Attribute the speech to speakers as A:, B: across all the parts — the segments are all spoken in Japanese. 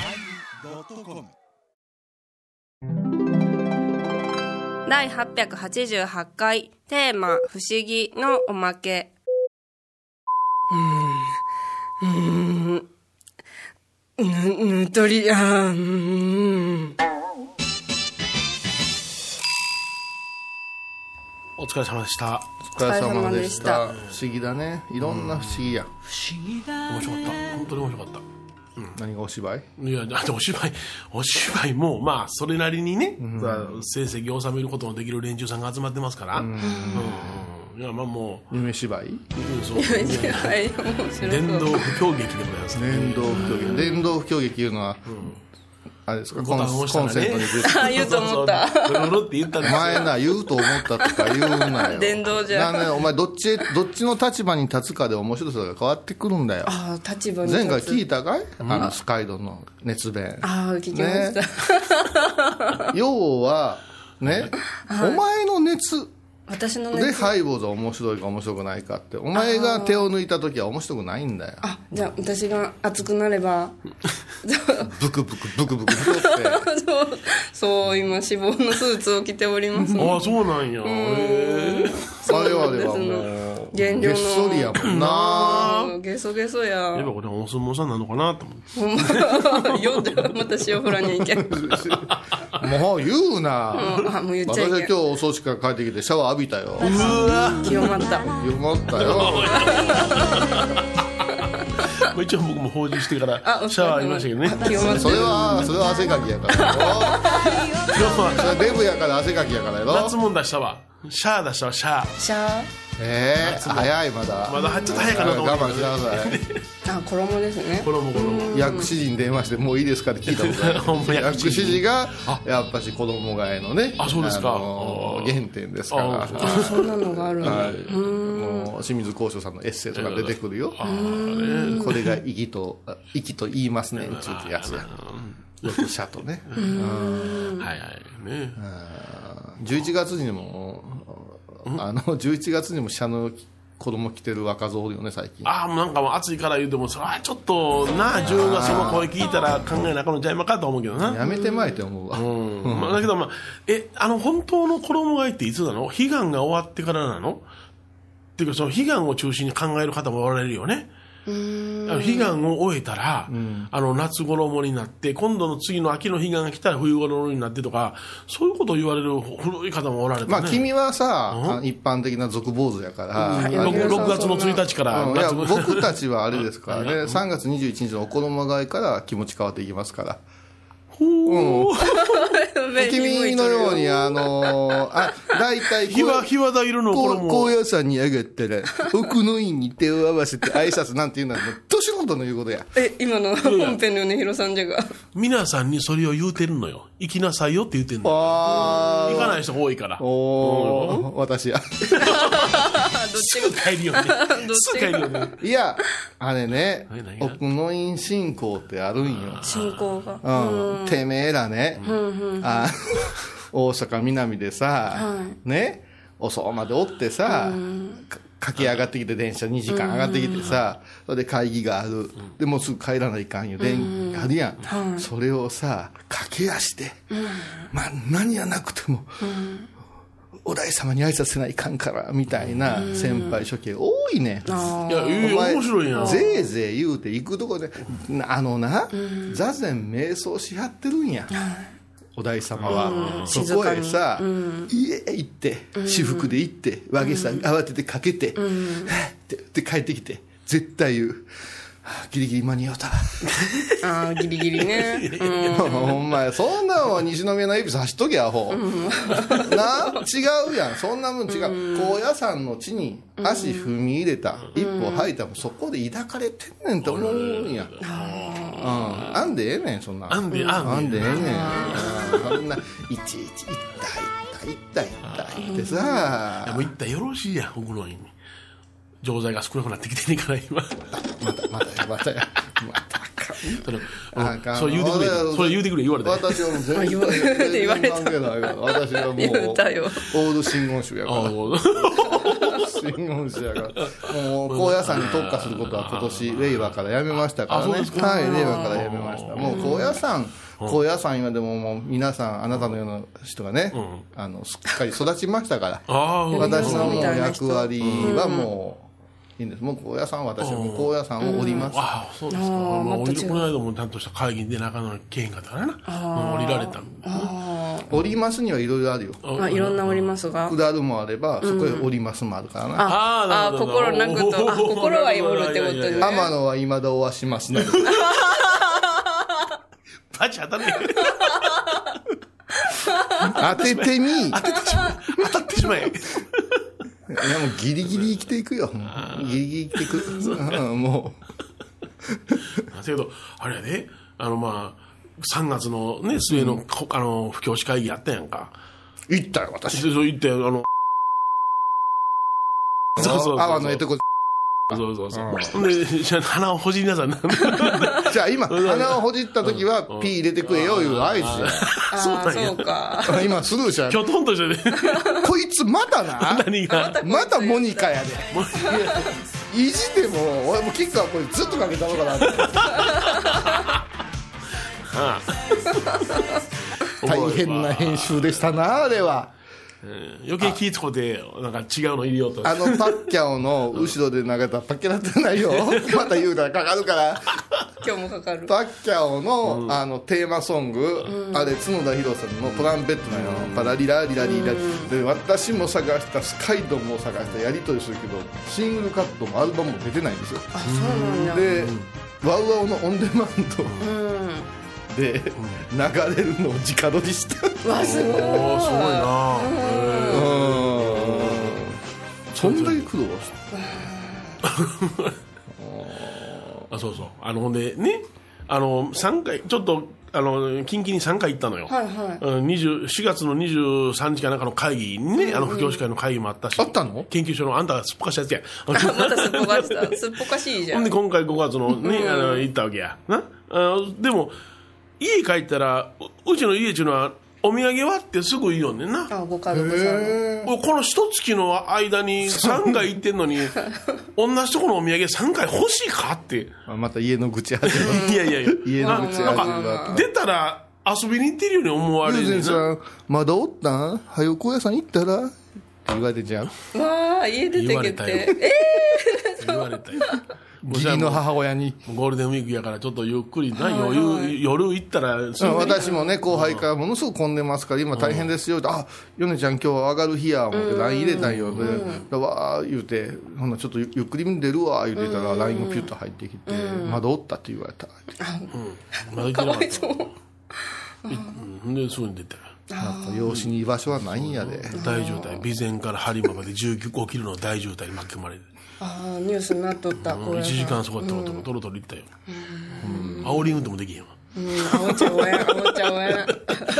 A: yosmir.com
B: 第888回テーマ「不思議」のおまけうーんうーんぬぬとりあうーん
C: お疲れ様でした
D: お疲れ様でした
B: お疲れ様
D: 不思議だねいろんな不思議や、
C: 面白かった本当に面白かった
D: 何がお芝居
C: いやだってお芝居 お芝居もまあそれなりにね、成績を収めることのできる連中さんが集まってますからうん、うんいやまあも
D: 夢芝居
C: う、うんそう いや
B: はい面白
C: 伝
B: そう
C: 道不協劇でございますね
D: 電動不協議電動不協議っていうのは、あれですか
C: ボ
D: コン
C: タンを押した
D: コン
C: ら
D: セン
C: ね
D: トに 出て
B: あ言うと思った
C: そうそうそうルルルって言ったんですよ
D: 前な言うと思ったとか言うなよ
B: 電動じゃ
D: なんでお前どっちどっちの立場に立つかで面白さが変わってくるんだよ
B: あー立場に
D: 前回
B: 立つ
D: 聞いたかい、あのスカイドの熱弁
B: ああ聞きました、
D: ね要はね、お前の熱
B: 私の
D: で
B: ね
D: ハイボーズは面白いか面白くないかってお前が手を抜いた時は面白くないんだよ
B: あじゃあ私が熱くなればそう
D: ブクブクブクブク太って
B: そうそう今脂肪のスーツを着ております
C: ああそうなんやへえ
D: 我々
B: そう
D: は
B: なん
D: も
B: です
D: う
B: 減量
D: げ
B: の
D: っそりやもんな
B: うんゲソゲソや
C: やっぱこれお相撲さんなのかなと思って
B: ほんま読んでまた塩風呂に行けん
D: もう言うな、
B: うんあもう言っちゃ
D: 私
B: い
D: は
B: け
D: 今日お葬式から帰ってきてシャワー浴びたよ
B: ん清まった
D: よかったよ
C: まあ一応僕も放置してから
B: あ
C: シャワーありましたけどね
B: あ清まっ
D: そ
B: た
D: れはそれは汗かきやからよ
C: 今日は
D: それはデブやから汗かきやからや ろ
C: 夏もん出したわシャー出したわシャー
B: シャ
D: えー、早いまだ
C: まだちょっと早いかなと思
D: 我
C: った
D: 慢しなさい
B: ーあ衣ですね
C: 衣衣
D: 薬師寺に電話して「もういいですか?」って聞いたことある
C: ほんま薬
D: 薬
C: 師
D: 師
C: 寺
D: 寺がやっぱし子供がえのね
C: あそうですか
D: のー
C: あー
D: 原点ですから
C: あー
B: そんなのがあるんだ
D: はいもう清水幸章さんのエッセイとか出てくるよこれが「息とあ息と言いますね」ちゅうってやつや役者とね
C: はいはいね
D: 11月にもあの11月にも社の子供着てる若造おるよね最近
C: ああもうなんかもう暑いから言うてもそれはちょっとなあ純がその声聞いたら考えなあかんのちゃいまかと思うけどな
D: やめてまいって思うわ
C: うんまあだけどまあえあの本当の衣替えっていつなの悲願が終わってからなのっていうかその悲願を中心に考える方もおられるよねあの悲願を終えたら、あの夏衣になって今度の次の秋の悲願が来たら冬衣になってとかそういうことを言われる古い方もおられたね、
D: まあ君はさあの一般的な俗坊主やからあの
C: 6, 月の1日から
D: うんいや
C: 夏衣
D: 僕たちはあれですからね、3月21日のお衣替えから気持ち変わっていきますから、
C: ほー
D: 君のように、あのー、あ大体
C: ひわ
D: こ
C: ひわだ色の
D: うこう
C: 衣
D: 高野山に上がったら、奥の院に手を合わせて挨拶なんていうのは、もう年ほどの言うことや。
B: え今の本編のねヒロさんじゃが
C: 皆さんにそれを言うてるのよ。行きなさいよって言ってんのよ。
D: あ
C: 行かない人が多いから
D: ー。おー、私や。
B: あ どっち
C: すぐ帰るよね。すぐ帰るよね。
D: いや、あれね
C: 何何、何
D: 奥の院信仰ってあるんよ。
B: 進行が
D: うん、てめえらね、あ大阪南でさ、ね遅うまでおってさ、か駆け上がってきて電車2時間上がってきてさ、それで会議がある、でもうすぐ帰らないかんよ電気があるやん、それをさ駆け足で、まあ何やなくても、お大様に挨拶せないかんからみたいな先輩諸兄多いねん
C: いや、
D: お
C: ええ
D: 前
C: 面白いな。
D: ぜいぜい言うて行くとこでなあのな、座禅瞑想しはってるんや、お大様は、そこへさ、家へ行って私服で行って和げさ慌ててかけて、はぁってで帰ってきて絶対言うはぁギリギリ間に合うたわ、
B: ああギリギリ ねうん
D: お前そんなんは西宮のエビス走っとけアホ、な違うやんそんなもん違う、高野山の地に足踏み入れた、一歩吐いたもんそこで抱かれてんねんと思うんや、うん、あんでええねんそんな
C: あんで、あ
D: あん
C: ん
D: で
C: で。
D: ええねんうんそんないちいち「痛い痛い痛い痛い」って
C: いや
D: さ
C: もう一体よろしいやん、お風呂に。錠剤が少なくなってきてねえか ら、今。
D: またまたまたまたか
C: それ
D: あかん
C: それ言うてくれ。それ言うてくれ、言われた。
D: 私はもう全然
B: って言われた
D: 全然関係ないから私はもう
B: 言うたよ
D: オール真言宗やから
C: ああ、もう
D: 信号無視やから。もう、高野山に特化することは今年、令和からやめましたか
C: あ
D: らね。
C: そう
D: はい
C: ですか、
D: 令和からやめました。もう、高野山、高野山今でももう、皆さん、あなたのような人がね、あの、すっかり育ちましたから。
C: ああ、うん
D: 私のもう役割はもういいんです、もう高野山は私はもう高野山を降ります、
C: ああ、そうですか。
B: あー
C: まあ、
B: ま
C: お
B: た
C: い
B: 違う
C: でこの間もちゃんとした会議でなかなかけへんかったからな。うん降りられた。
D: 降りますにはいろいろあるよ
B: まあ、いろんなおりますが。
D: 下るもあればそこへ降りますもあるからな、
C: あー
B: あー心なくとあ心はおるってことね
C: いやいやいや
D: 天野は今どうはしますね
C: バチ当たんね
D: 当ててみいやも
C: 当たってしまえ。
D: うギリギリ生きていくよギリギリ生きていく、うん、も
C: だけど、あれやで、あの、まあ、3月のね、末の、こあの、不教師会議やったやんか。
D: う行ったよ私
C: そう言って、あの、そうそうそう。
D: 泡のえとこ
C: そうそうそう。で、じゃあ鼻をほじりな さい。なんで
D: じゃあ今鼻をほじった時はピー入れてくれよいう合図
C: そう
B: あ
C: な
B: あ、
C: んや
B: そうか。
D: 今スルーした
C: き
D: よ
C: ょとんとしてね、
D: こいつまたな
C: 何が。
D: またモニカやでいじっても俺もキックはこれずっとかけたのかなって大変な編集でしたなあれは
C: 余計気ぃ使うて、なんか違うの入れようと。
D: あのパッキャオの後ろで投げたらパッキャラってない よまた言うたらかかるから
B: 今日もかかる。
D: パッキャオの,、あのテーマソング、あれ角田博さんのトランペットのようなパラリラリラリラリ、で私も探したスカイドも探したやり取りするけどシングルカットもアルバムも出てないんですよ
B: あ、そうなんだ。
D: で、ワウワウのオンデマンドで、流れるのを直撮りした、
B: うわ、すごい。
C: おーすごいなへー
D: そんだけ苦労した
C: あそうそうあのほんでねあの3回ちょっとあの近々に3回行ったのよ、
B: はいはい
C: うん20 4月の23日かなんかの会議にね、あの不教師会の会議もあったし
D: あったの
C: 研究所のあんたがすっぽかしたやつや
B: またすっぽかした。すっぽかしいじゃ
C: ほん
B: ん。
C: で今回5月のね、あの行ったわけやなあでも家帰ったらううちの家っちゅうのはお土産はってすぐ言いよんねんな
B: あ、ご家族さんの。
C: この一月の間に3回行ってんのに同じとこのお土産3回欲しいかって
D: あまた家の愚痴始まる
C: いやいやいや
D: 家の愚痴始
C: なん
D: ま
C: か
D: っ
C: 出たら遊びに行ってるように思わ
D: た
C: れ
D: 友
C: る
D: 禅さんまだおったんはよ高野山行ったらって言われてんじゃん
B: わあ、家出て
C: 言わ
B: け
C: れ
B: て
C: たよ。
B: え、
C: 言われ たよ
D: 義理の母親に
C: ゴールデンウィークやからちょっとゆっくりな余裕夜行ったらすぐ
D: 私もね後輩からものすごく混んでますから今大変ですよって「あ米ちゃん今日は上がる日や」思って LINE 入れたんよででわー言うて「ほんなちょっとゆっくり出るわ」言うてたら LINE がピュッと入ってきて「まだおった」って言われた
C: まだ行って
B: か
C: な
B: わ
C: かっ
B: いそう。
C: たうんですぐに出たよ
D: なんか養子に居場所はないんやで
C: 大渋滞備前から播磨まで15キロの大渋滞に巻き込まれて
B: ああ、ニュースになっとった。こ
C: 1
B: れ。
C: 時間そこやったこともトロトロ行ったようん煽り運転もできへんわ
B: あおちゃおえん、あおちゃおえ ん。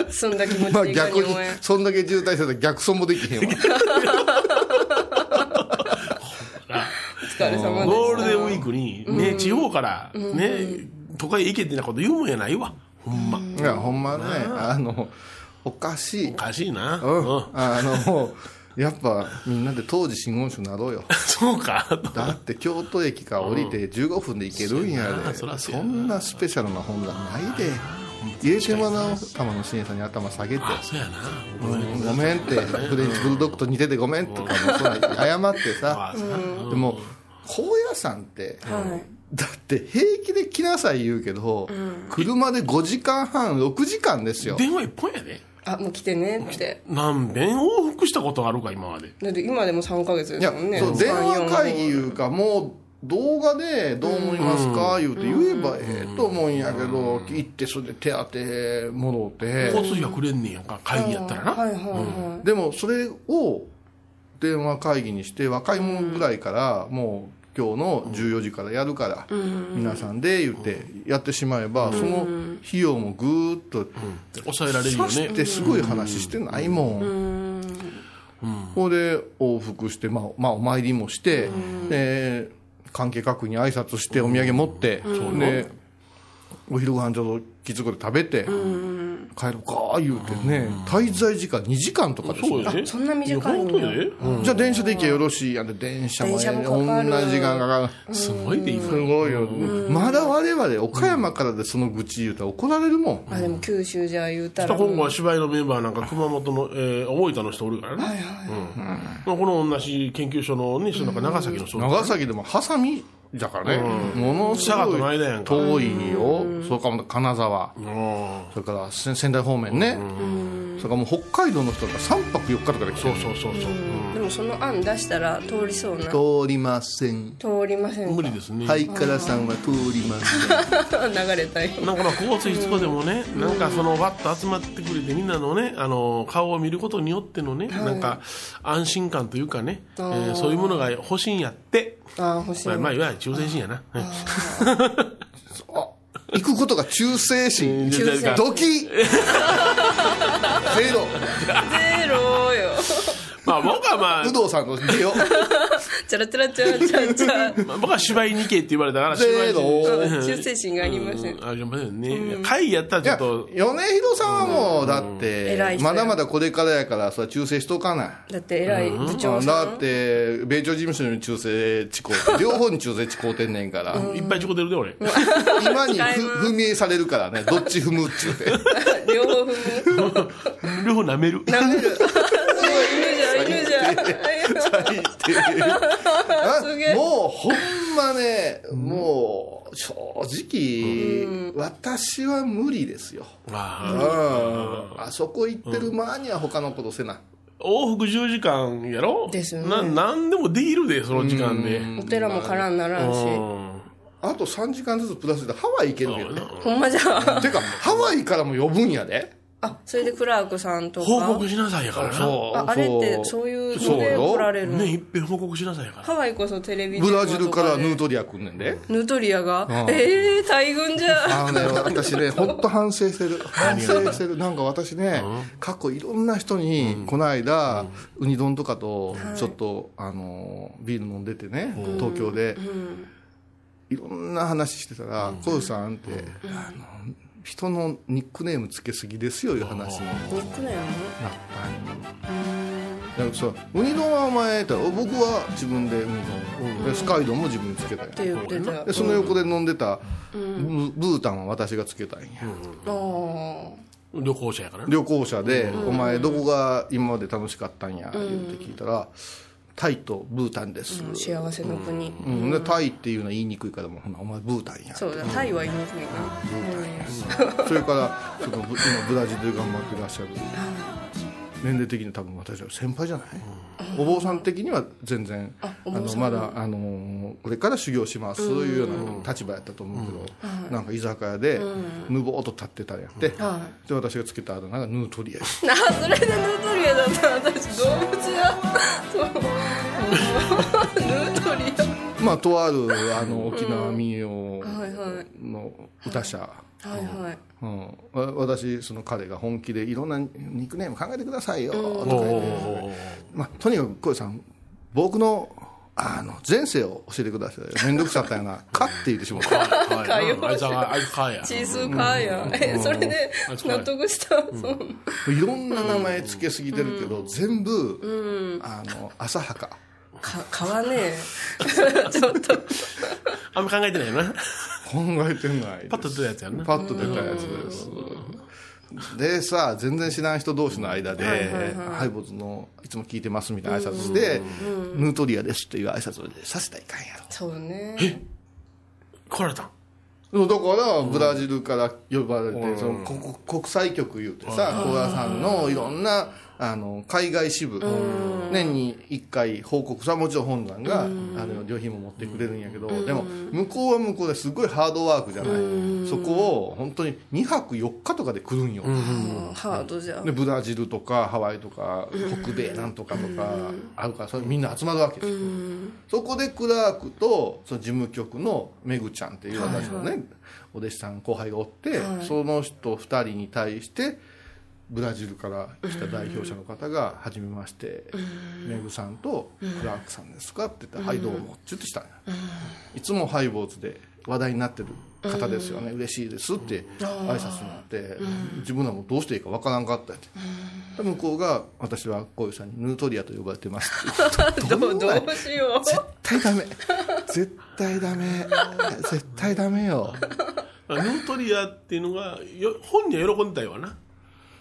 B: そんだけ持ち
D: まあ
B: いか
D: 逆
B: に
D: に
B: 応援。
D: そんだけ渋滞してたら逆損もできへん
B: お
D: わ
B: 疲れ様で
C: ゴー
B: し
C: ルデンウィークにね地方からね都会へ行けってなこと言うもんやないわほんま
D: いやほんまねあのおかしい
C: おかしいな
D: う
C: うん
D: んあのやっぱみんなで当時真言宗なろ うよ
C: そうか
D: だって京都駅から降りて15分で行けるんやで、
C: そらそう
D: そ
C: やなん
D: なスペシャルな本がないで入れてもらおう玉野真さんに頭下げて
C: そうやな
D: 「ごめん」って「フレンチブルドッグと似ててごめん」とかもそうだ謝って さ
C: あそうやな
D: でも高野山って
B: た。はい。
D: だって平気で来なさい言うけど車で5時間半6時間ですよ
C: 電話一本やで
B: あ、もう来てねって。
C: 何遍往復したことあるか今まで
B: だって今でも3ヶ月
D: い
B: です
D: や、
B: もんね。
D: そう電話会議
B: 3 4
D: いうかもう動画で「どう思いますか?」言うて言えばええと思うんやけど行ってそれで手当てもろて
C: 交通費はくれんねんやんか会議やったらな、
B: はいはいは
D: でもそれを電話会議にして若い者ぐらいからもう今日の14時からやるから皆さんで言ってやってしまえばその費用もぐーっと
C: 抑えられるよ
D: さし
C: ね
D: てすごい話してないもん。ほ、んで往復して、まあ、まあお参りもして、で関係各位に挨拶してお土産持って、でお昼ご飯ちょっときつくで食べて、帰ろうか言うてね、滞在時間2時間とかです
C: そう
D: よ
C: やね
B: あそんな短いんだ
C: や本当やね
D: じゃあ電車で行けばよろしいやんで電車も,、ね、
B: 電車もかかる
D: 同じ時間かかる
C: すごいでいい
D: すごいよ、まだ我々岡山からでその愚痴言うたら怒られるもん、
B: あでも九州じゃ言うたら
C: 今後は芝居のメンバーなんか熊本の、えー大分の人おるからね、うんこの同じ研究所のね人なんか長崎の人
D: 長崎でもハサミだからね、ものす
C: 佐賀との
D: ごい
C: 間やんか
D: 遠いよ、そうかも金沢、
C: うん
D: それからせ仙台方面ね、それからもう北海道の人が3泊4日とかで来て
C: そう
D: る
C: そうそうそう、
B: でもその案出したら通りそうな
D: 通りません
B: 通りません
C: 無
B: か
C: 理ですね、
D: ハイカラさんは通りません
B: 流れたよ
C: なんかまあ9月5日でもね、なんかそのわっと集まってくれてみんなのねあの顔を見ることによってのね、なんか安心感というかね、えー
B: あー
C: そういうものが欲しいんやって
B: あ欲しい
C: まあ、まあ、いわゆる忠誠心やな、はい
D: あ行くことが忠誠心
C: 忠誠
D: ドキゼロ
B: ゼロよ
C: まあ僕は まあ
D: 有働さんのゼロ
B: チャラチャラチャラチャラチャラ
C: まあ僕は芝居に行けって言われたから
D: ゼ
C: 芝居
D: ロ
C: に
B: 忠誠心がありません
C: うんありませんね、会やったら
D: い
C: ちょ
D: や
C: っと
D: 米広さんはもうだっ
B: 偉い
D: て
B: 人や
D: まだまだこれからやからそれは忠誠しとかない
B: だって偉い部長
D: うん
B: さ
D: だ
B: ん
D: って米朝事務所に忠誠地こうて両方に忠誠地こうてんねんから
C: いっぱい事故出るで俺
D: 今にふ
B: 使います
D: 踏み絵されるからねどっち踏むっち ゅうて
B: 両方踏む
C: 両方舐める
B: 舐める犬じゃん犬じゃん
D: 最低あ
B: すげえ
D: もうほんまねもう正直私は無理ですよ
C: あー
D: うんあそこ行ってる間には他のことせな、
C: 往復10時間やろ
B: ですよね
C: ななんでもできるでその時間で
B: お寺も空にならんし
C: うん
D: あと3時間ずつプラスでハワイ行けるけどね
B: ほんまじゃ
D: てかハワイからも呼ぶんやで
B: あそれでクラークさんとか
C: 報告しなさいやからな
D: そう
B: ああれってそういうので来られるの
C: ねいっぺん報告しなさいやから
B: ハワイこそテレビ
D: ブ
B: 電
D: ラ
B: 話と
D: ジ
B: で
D: ルからヌートリア来んねんで
B: ヌートリアが
D: ん
B: ええー、大群じゃん
D: あのね、私ね、 本当反省してる。反省してる。なんか私ね、過去いろんな人に、この間、ウニ丼とかと、ちょっと、あの、ビール飲んでてね、東京で、いろんな話してたら、コウさんって、あの、人のニックネームつけすぎですよ、いう話になっ
B: ニックネーム
D: たんよだからそうウニ丼はお前って僕は自分でウニ丼でスカイ丼も自分でつけたよ
B: って言ってたあ
D: でその横で飲んでたブブータンは私がつけたんや、
B: あ
C: 旅行者やからな
D: 旅行者で、お前どこが今まで楽しかったんや」言って聞いたら「タイとブータンです」
B: 幸せの国、
D: うんでタイっていうのは言いにくいからもうほなお前ブータンや
B: そうだタイは言いにくいな、
D: それからそのぶ今ブラジルで頑張ってらっしゃる年齢的に多分私は先輩じゃない、お坊さん的には全然あのまだ、あのーこれから修行しますというような立場やったと思うけど、なんか居酒屋でぬぼーっと立ってたんやって、で私がつけたあだ名がヌートリアや
B: な あそれでヌートリアだったら私動物やそう もうヌートリ
D: まあとあるあの沖縄民謡
B: アはいはい
D: の歌者、
B: はいはい
D: うんわ私その彼が本気でいろんなニックネーム考えてくださいよとか
C: お
D: 言って、
C: ー
D: まあ、とにかく小井さん僕のあの前世を教えてくださいよ面倒くさかったよ な「か」って言ってしまった
C: はいうんあいつはあいつかや
B: チーズカーや、えそれで
C: あそうや
B: 納得した、そう
D: いろんな名前つけすぎてるけど、全部、あの浅はか
B: か買わねえちょっと
C: あんま考えてないよな
D: 考えてない
C: パッと出たやつやんな
D: パッと出たやつですでさ全然知らん人同士の間で「ハイボーズのいつも聞いてます」みたいな挨拶して「ヌートリアです」っていう挨拶をさせたらいかんやろ
B: そうね
C: 来られたん
D: そうだからブラジルから呼ばれて、そのここ国際局言うてさ小川さんのいろんなあの海外支部、年に1回報告さもちろん本山が、あの旅費も持ってくれるんやけど、でも向こうは向こうですごいハードワークじゃない、そこを本当に2泊4日とかで来るんよ、
B: うんハードじゃん
D: でブラジルとかハワイとか北米なんとかとかあるからそれみんな集まるわけですよそこでクラークとその事務局のメグちゃんっていう私のね、お弟子さん後輩がおって、その人2人に対してブラジルから来た代表者の方が「はじめまして、メグさんとクラークさんですか?」って言って「はいどうも」って言ってしたんやいつもハイボーズで話題になってる方ですよね、嬉しいですって挨拶になって、自分らもどうしていいかわからんかったって、で向こうが私はこういうさんにヌートリアと呼ばれてますって
B: どうどうしよ
D: 絶対ダメ絶対ダメ絶対ダメよ
C: ヌートリアっていうのがよ本人は喜んでたよな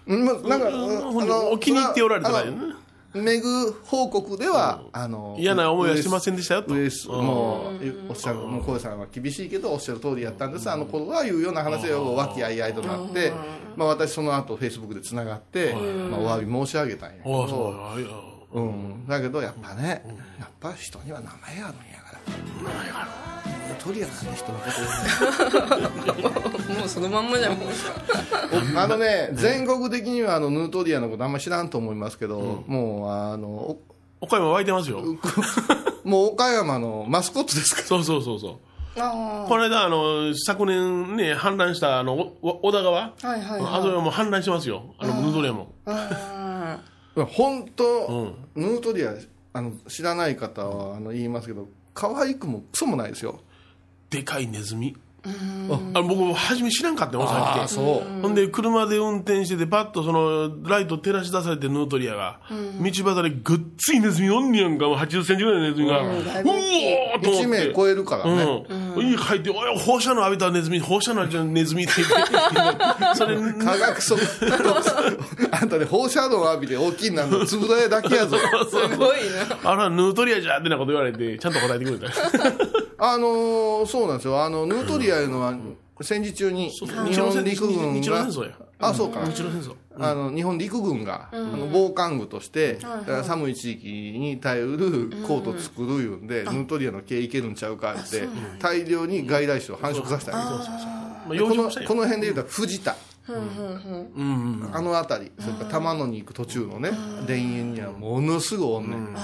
D: うんまあなんか
C: 本
D: あ
C: 人
D: の
C: お気に入っておられたからよ
D: あの
C: な
D: メグ報告では、あの
C: 嫌な思いはしませんでしたよと
D: ウエスもうおっしゃる向こうさんは厳しいけどおっしゃる通りやったんです、あの頃はいうような話が和気あいあいとなって、まあ、私その後フェイスブックでつながって、まあ、お詫び申し上げたんやけ
C: ああ
D: ど、
C: そうあいや
D: うん、だけどやっぱね、やっぱ人には名前があるんやからトリアなんて人のこと言うの
B: うもうそのまんまじゃんもう
D: あのね、全国的にはあのヌートリアのことあんま知らんと思いますけど、もうあのお
C: 岡山湧いてますよ
D: もう岡山のマスコットですか
C: そうそうそうそう
B: あ
C: この間あの昨年ね氾濫したあのお小田川
B: あはいはい
C: あ
B: は
C: そ
B: い
C: れも氾濫してますよあのヌートリアも
B: あ
D: ら本当、ヌートリアあの知らない方はあの言いますけど可愛くもクソもないですよ
C: でかいネズミあ僕も初め知らんかったよさっき
D: そ
C: ほんで車で運転しててパッとそのライト照らし出されてヌートリアが、道端でごっついネズミおんねやんかもう80センチぐらいのネズミが、うお
B: だい
C: ーっ
B: ぶ
C: と
B: 大
C: 思
B: きい
C: って
D: 1名超えるからね、
C: うん、家帰って、おい、放射能浴びたネズミ、放射能浴びたネズミって言 って、それ、
D: 科学そ あんたね放射能浴びて大きいなんのつぶらやだけ やぞ
B: すごいな
C: あら、ヌートリアじゃってなこと言われて、ちゃんと答えてくれた。
D: あのーそうなんですよあのヌートリアいうのは戦時中に日本陸軍
C: 日露
D: が
C: 戦争や。
D: あそうか
C: 日露戦争。
D: あの日本陸軍が、あの防寒具として、寒い地域に耐えうるコート作るいうんで、ヌートリアの毛いけるんちゃうかって、大量に外来種を繁殖させたんですよ
C: まあ、
D: で
C: 養
D: この
C: 殖したんや
D: この辺でいうと藤田、
C: うんうん。
D: あの辺りそれから玉野に行く途中のね、田園にはものすごいおんねん、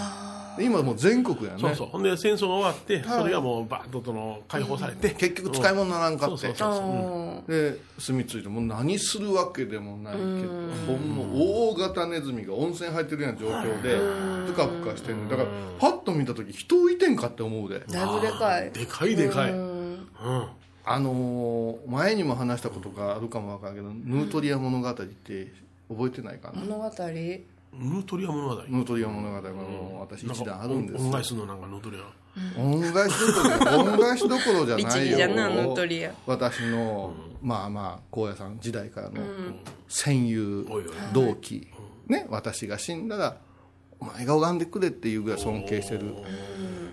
D: で今もう全国やね
C: そうそう。ほんで、戦争が終わって、それがもう、バーッとその、解放されて。
D: 結局使い物にならんかって、
C: そうそう
B: あ
C: そう。
B: ー
D: で住み着いてもう何するわけでもないけどほんま大型ネズミが温泉入ってるような状況でぷかぷかしてるだからパッと見た時人浮いてんかって思うで
B: だいぶでかい
C: でかいでかい。う。
B: うんん
D: あのー前にも話したことがあるかもわからんけどヌートリア物語って覚えてないかな
B: 物語
C: ヌートリア物語。
D: ヌートリア物語がもう私一段あるんです
C: 恩
D: よ
C: 返しのなんか、ヌートリア。
D: 恩返しどころ恩返しどころじゃないよ
B: 律儀じゃなヌートリア
D: 私のまあまあ高野さん時代からの戦友
C: おいおい
D: 同期ね私が死んだらお前が拝んでくれっていうぐらい尊敬してる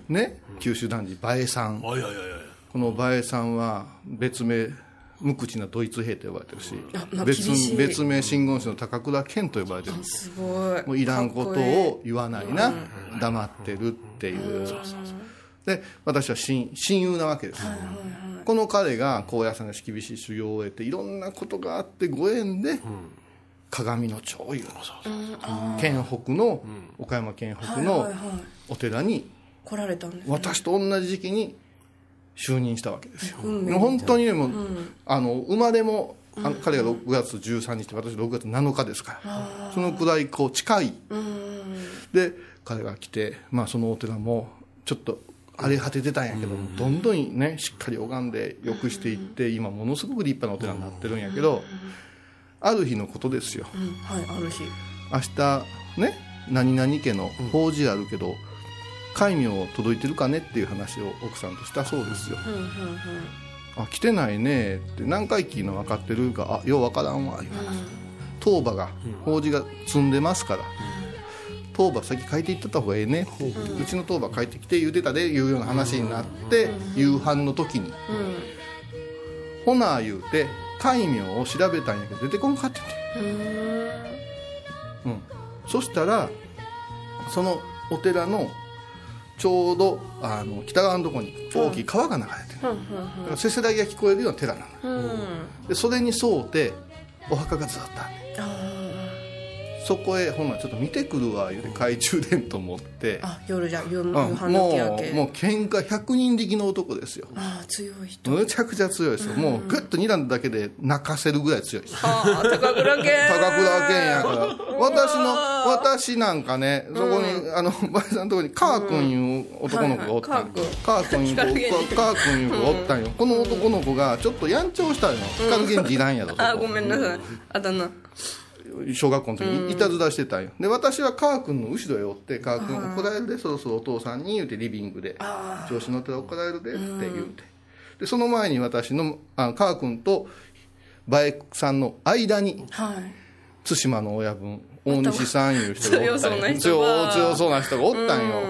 D: ね九州男児馬江さん
C: あ、いやいやいや。
D: この馬江さんは別名無口なドイツ兵と呼ばれてるし
B: まあ
D: 別
B: 厳しい
D: 別名真言師の高倉健と呼ばれてる
B: すごい
D: もういらんこと
B: かっこ
D: を言わないな黙ってるっていうで私は親親友なわけですこの彼が高野山で厳しい修行を得ていろんなことがあってご縁で鏡の町いう県北の岡山県北
B: は
D: の
B: いはいはい
D: お寺に
B: 来られたんですね
D: 私と同じ時期に就任したわけですよ、
B: 運命
D: もう本当にねもう、あの生まれもあの彼が6月13日私6月7日ですからそのくらいこう近いで彼が来て、まあ、そのお寺もちょっと荒れ果ててたんやけど、どんどんねしっかり拝んでよくしていって今ものすごく立派なお寺になってるんやけど、ある日のことですよ
B: うんはいある日
D: 明日ね何々家の法事あるけど、戒名届いてるかねっていう話を奥さんとしたそうですよ、
B: うんうんうん
D: あ来てないねって何回聞いの分かってるかあよう分からんわいう話、当場が法事が積んでますから、当場先帰っていってた方がええねって、うちの当場帰ってきて言うてたでいうような話になって、夕飯の時に、ほな言うて戒名を調べたんやけど出てこんかってんてうん、そしたらそのお寺のちょうどあの北側のとこに大きい川が流れてる、だからせせらぎが聞こえるような寺なの、でそれに沿うてお墓がずっとあんねんそこへほんならちょっと見てくるわ言うて懐中電灯持って、
B: あ夜じゃ夜
D: うん
B: の夕
D: もう
B: 飯の日焼け
D: もう喧嘩100人力の男ですよ
B: ああ強い人
D: むちゃくちゃ強いですよ、もうグッと睨んだだけで泣かせるぐらい強いです
B: ああ高倉健
D: 高倉健やから私の私なんかねそこに、あのばあさんのとこにカー君いう男の子がおったんよ、カー君いう
B: 光源氏
D: 子カー君いう子がおったんよ、この男の子がちょっとやんちょうしたんよ光源氏いらんやろそこ
B: ああごめんなさいあだ名
D: 小学校の時にいたずらしてたんよで私はカー君の後ろへおってカー君怒られるでそろそろお父さんに言うてリビングで調子乗ってたら怒られるでって言うてでその前に私のあカー君とバイクさんの間に
B: はい
D: 対馬の親分大西さんいう人がおった
B: 強そう
D: んよ
B: な人が
D: 強強そうな人がおったんよ、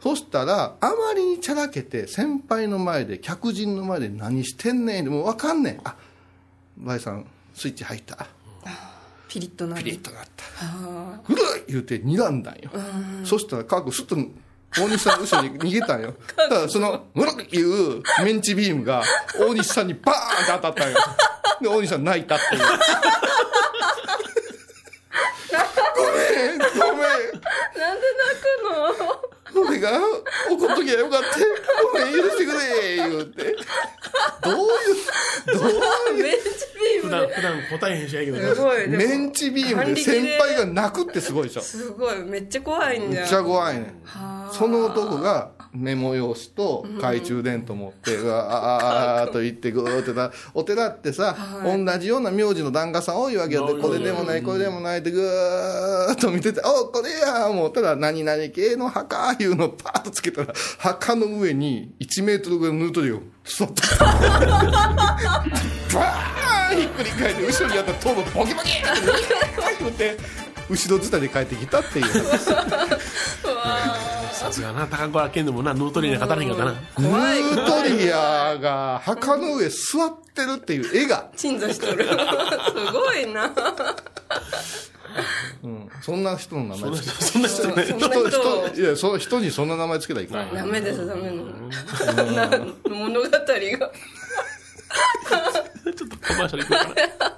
D: そしたらあまりにちゃらけて先輩の前で客人の前で何してんねんでもう分かんねんあバイさんスイッチ入った
B: ピリッとな
D: ピリッ
B: る
D: となったうるい言うて睨んだんよそしたらカークスッと大西さんの後ろに逃げ たんよただそのうるいいうメンチビームが大西さんにバーンって当たったんよで大西さん泣いたっていうごめ
B: な
D: んごめん
B: んで泣くの
D: 俺が怒っときゃよかったごめん許してくれ言うてどういうどう
B: ベンチビ
C: 普
B: ーム
C: 段普段答えへんしやけど
B: すごいでも
D: メンチビームで先輩が泣くってすごいでしょ
B: すごいめっちゃ怖いん
D: め
B: じ
D: っ
B: ゃん
D: ちゃ怖いねんその男がメモ用紙と懐中電灯持って、うわあああーと言ってぐーってなお寺ってさ、同じような名字の檀家さん多いわけよで
C: 多い
D: これでもないこれでもないってぐーっと見てて「おこれや!」思ったら「何々系の墓」いうのをパーッとつけたら墓の上に1メートルぐらいのヌートリオ座ってたバーンひっくり返って後ろにあった頭部ボキボキって言って後ろ伝いで帰ってきたっていう。
C: さすがな高倉健でもな脳トレには勝たれへんかったな
D: ヌートリアが墓の上座ってるっていう絵が、
B: 鎮座しとる すごいな
D: うん、そんな人の名前つけ
C: そんな人ね
B: そんな
D: 人
B: 人
D: 人いやそ人にそんな名前つけたらいかん
B: ダメですダメなの物語が
C: ちょっとコマーシャル行こうかな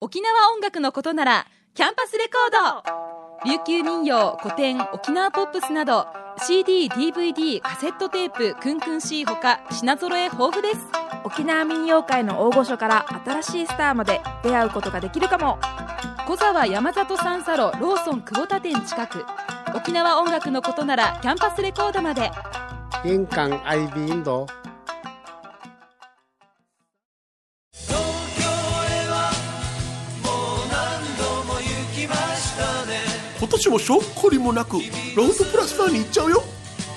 A: 沖縄音楽のことならキャンパスレコード琉球民謡古典沖縄ポップスなど CDDVD カセットテープクンクン C ほか品揃え豊富です
E: 沖縄民謡界の大御所から新しいスターまで出会うことができるかも
A: 小沢山里三佐路ローソン久保田店近く沖縄音楽のことならキャンパスレコードまで
F: 印鑑アイビーインド
C: 今年もしょっこりもなくロフトプラスターに行っちゃうよ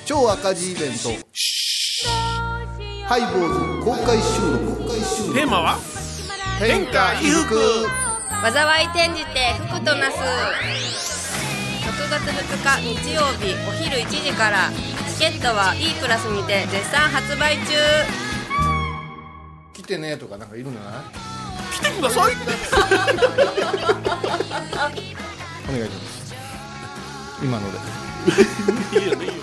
D: 超赤字イベントハイボーズ公開収録公開収録
C: テーマは
D: 天下
C: 衣服
B: 災い転じて福となす6月2日日曜日お昼1時からチケットは E プラスにて絶賛発売中
D: 来てねとかなんかいるんじゃない
C: 来てください
D: お願いします今ので
C: いいよねいいよ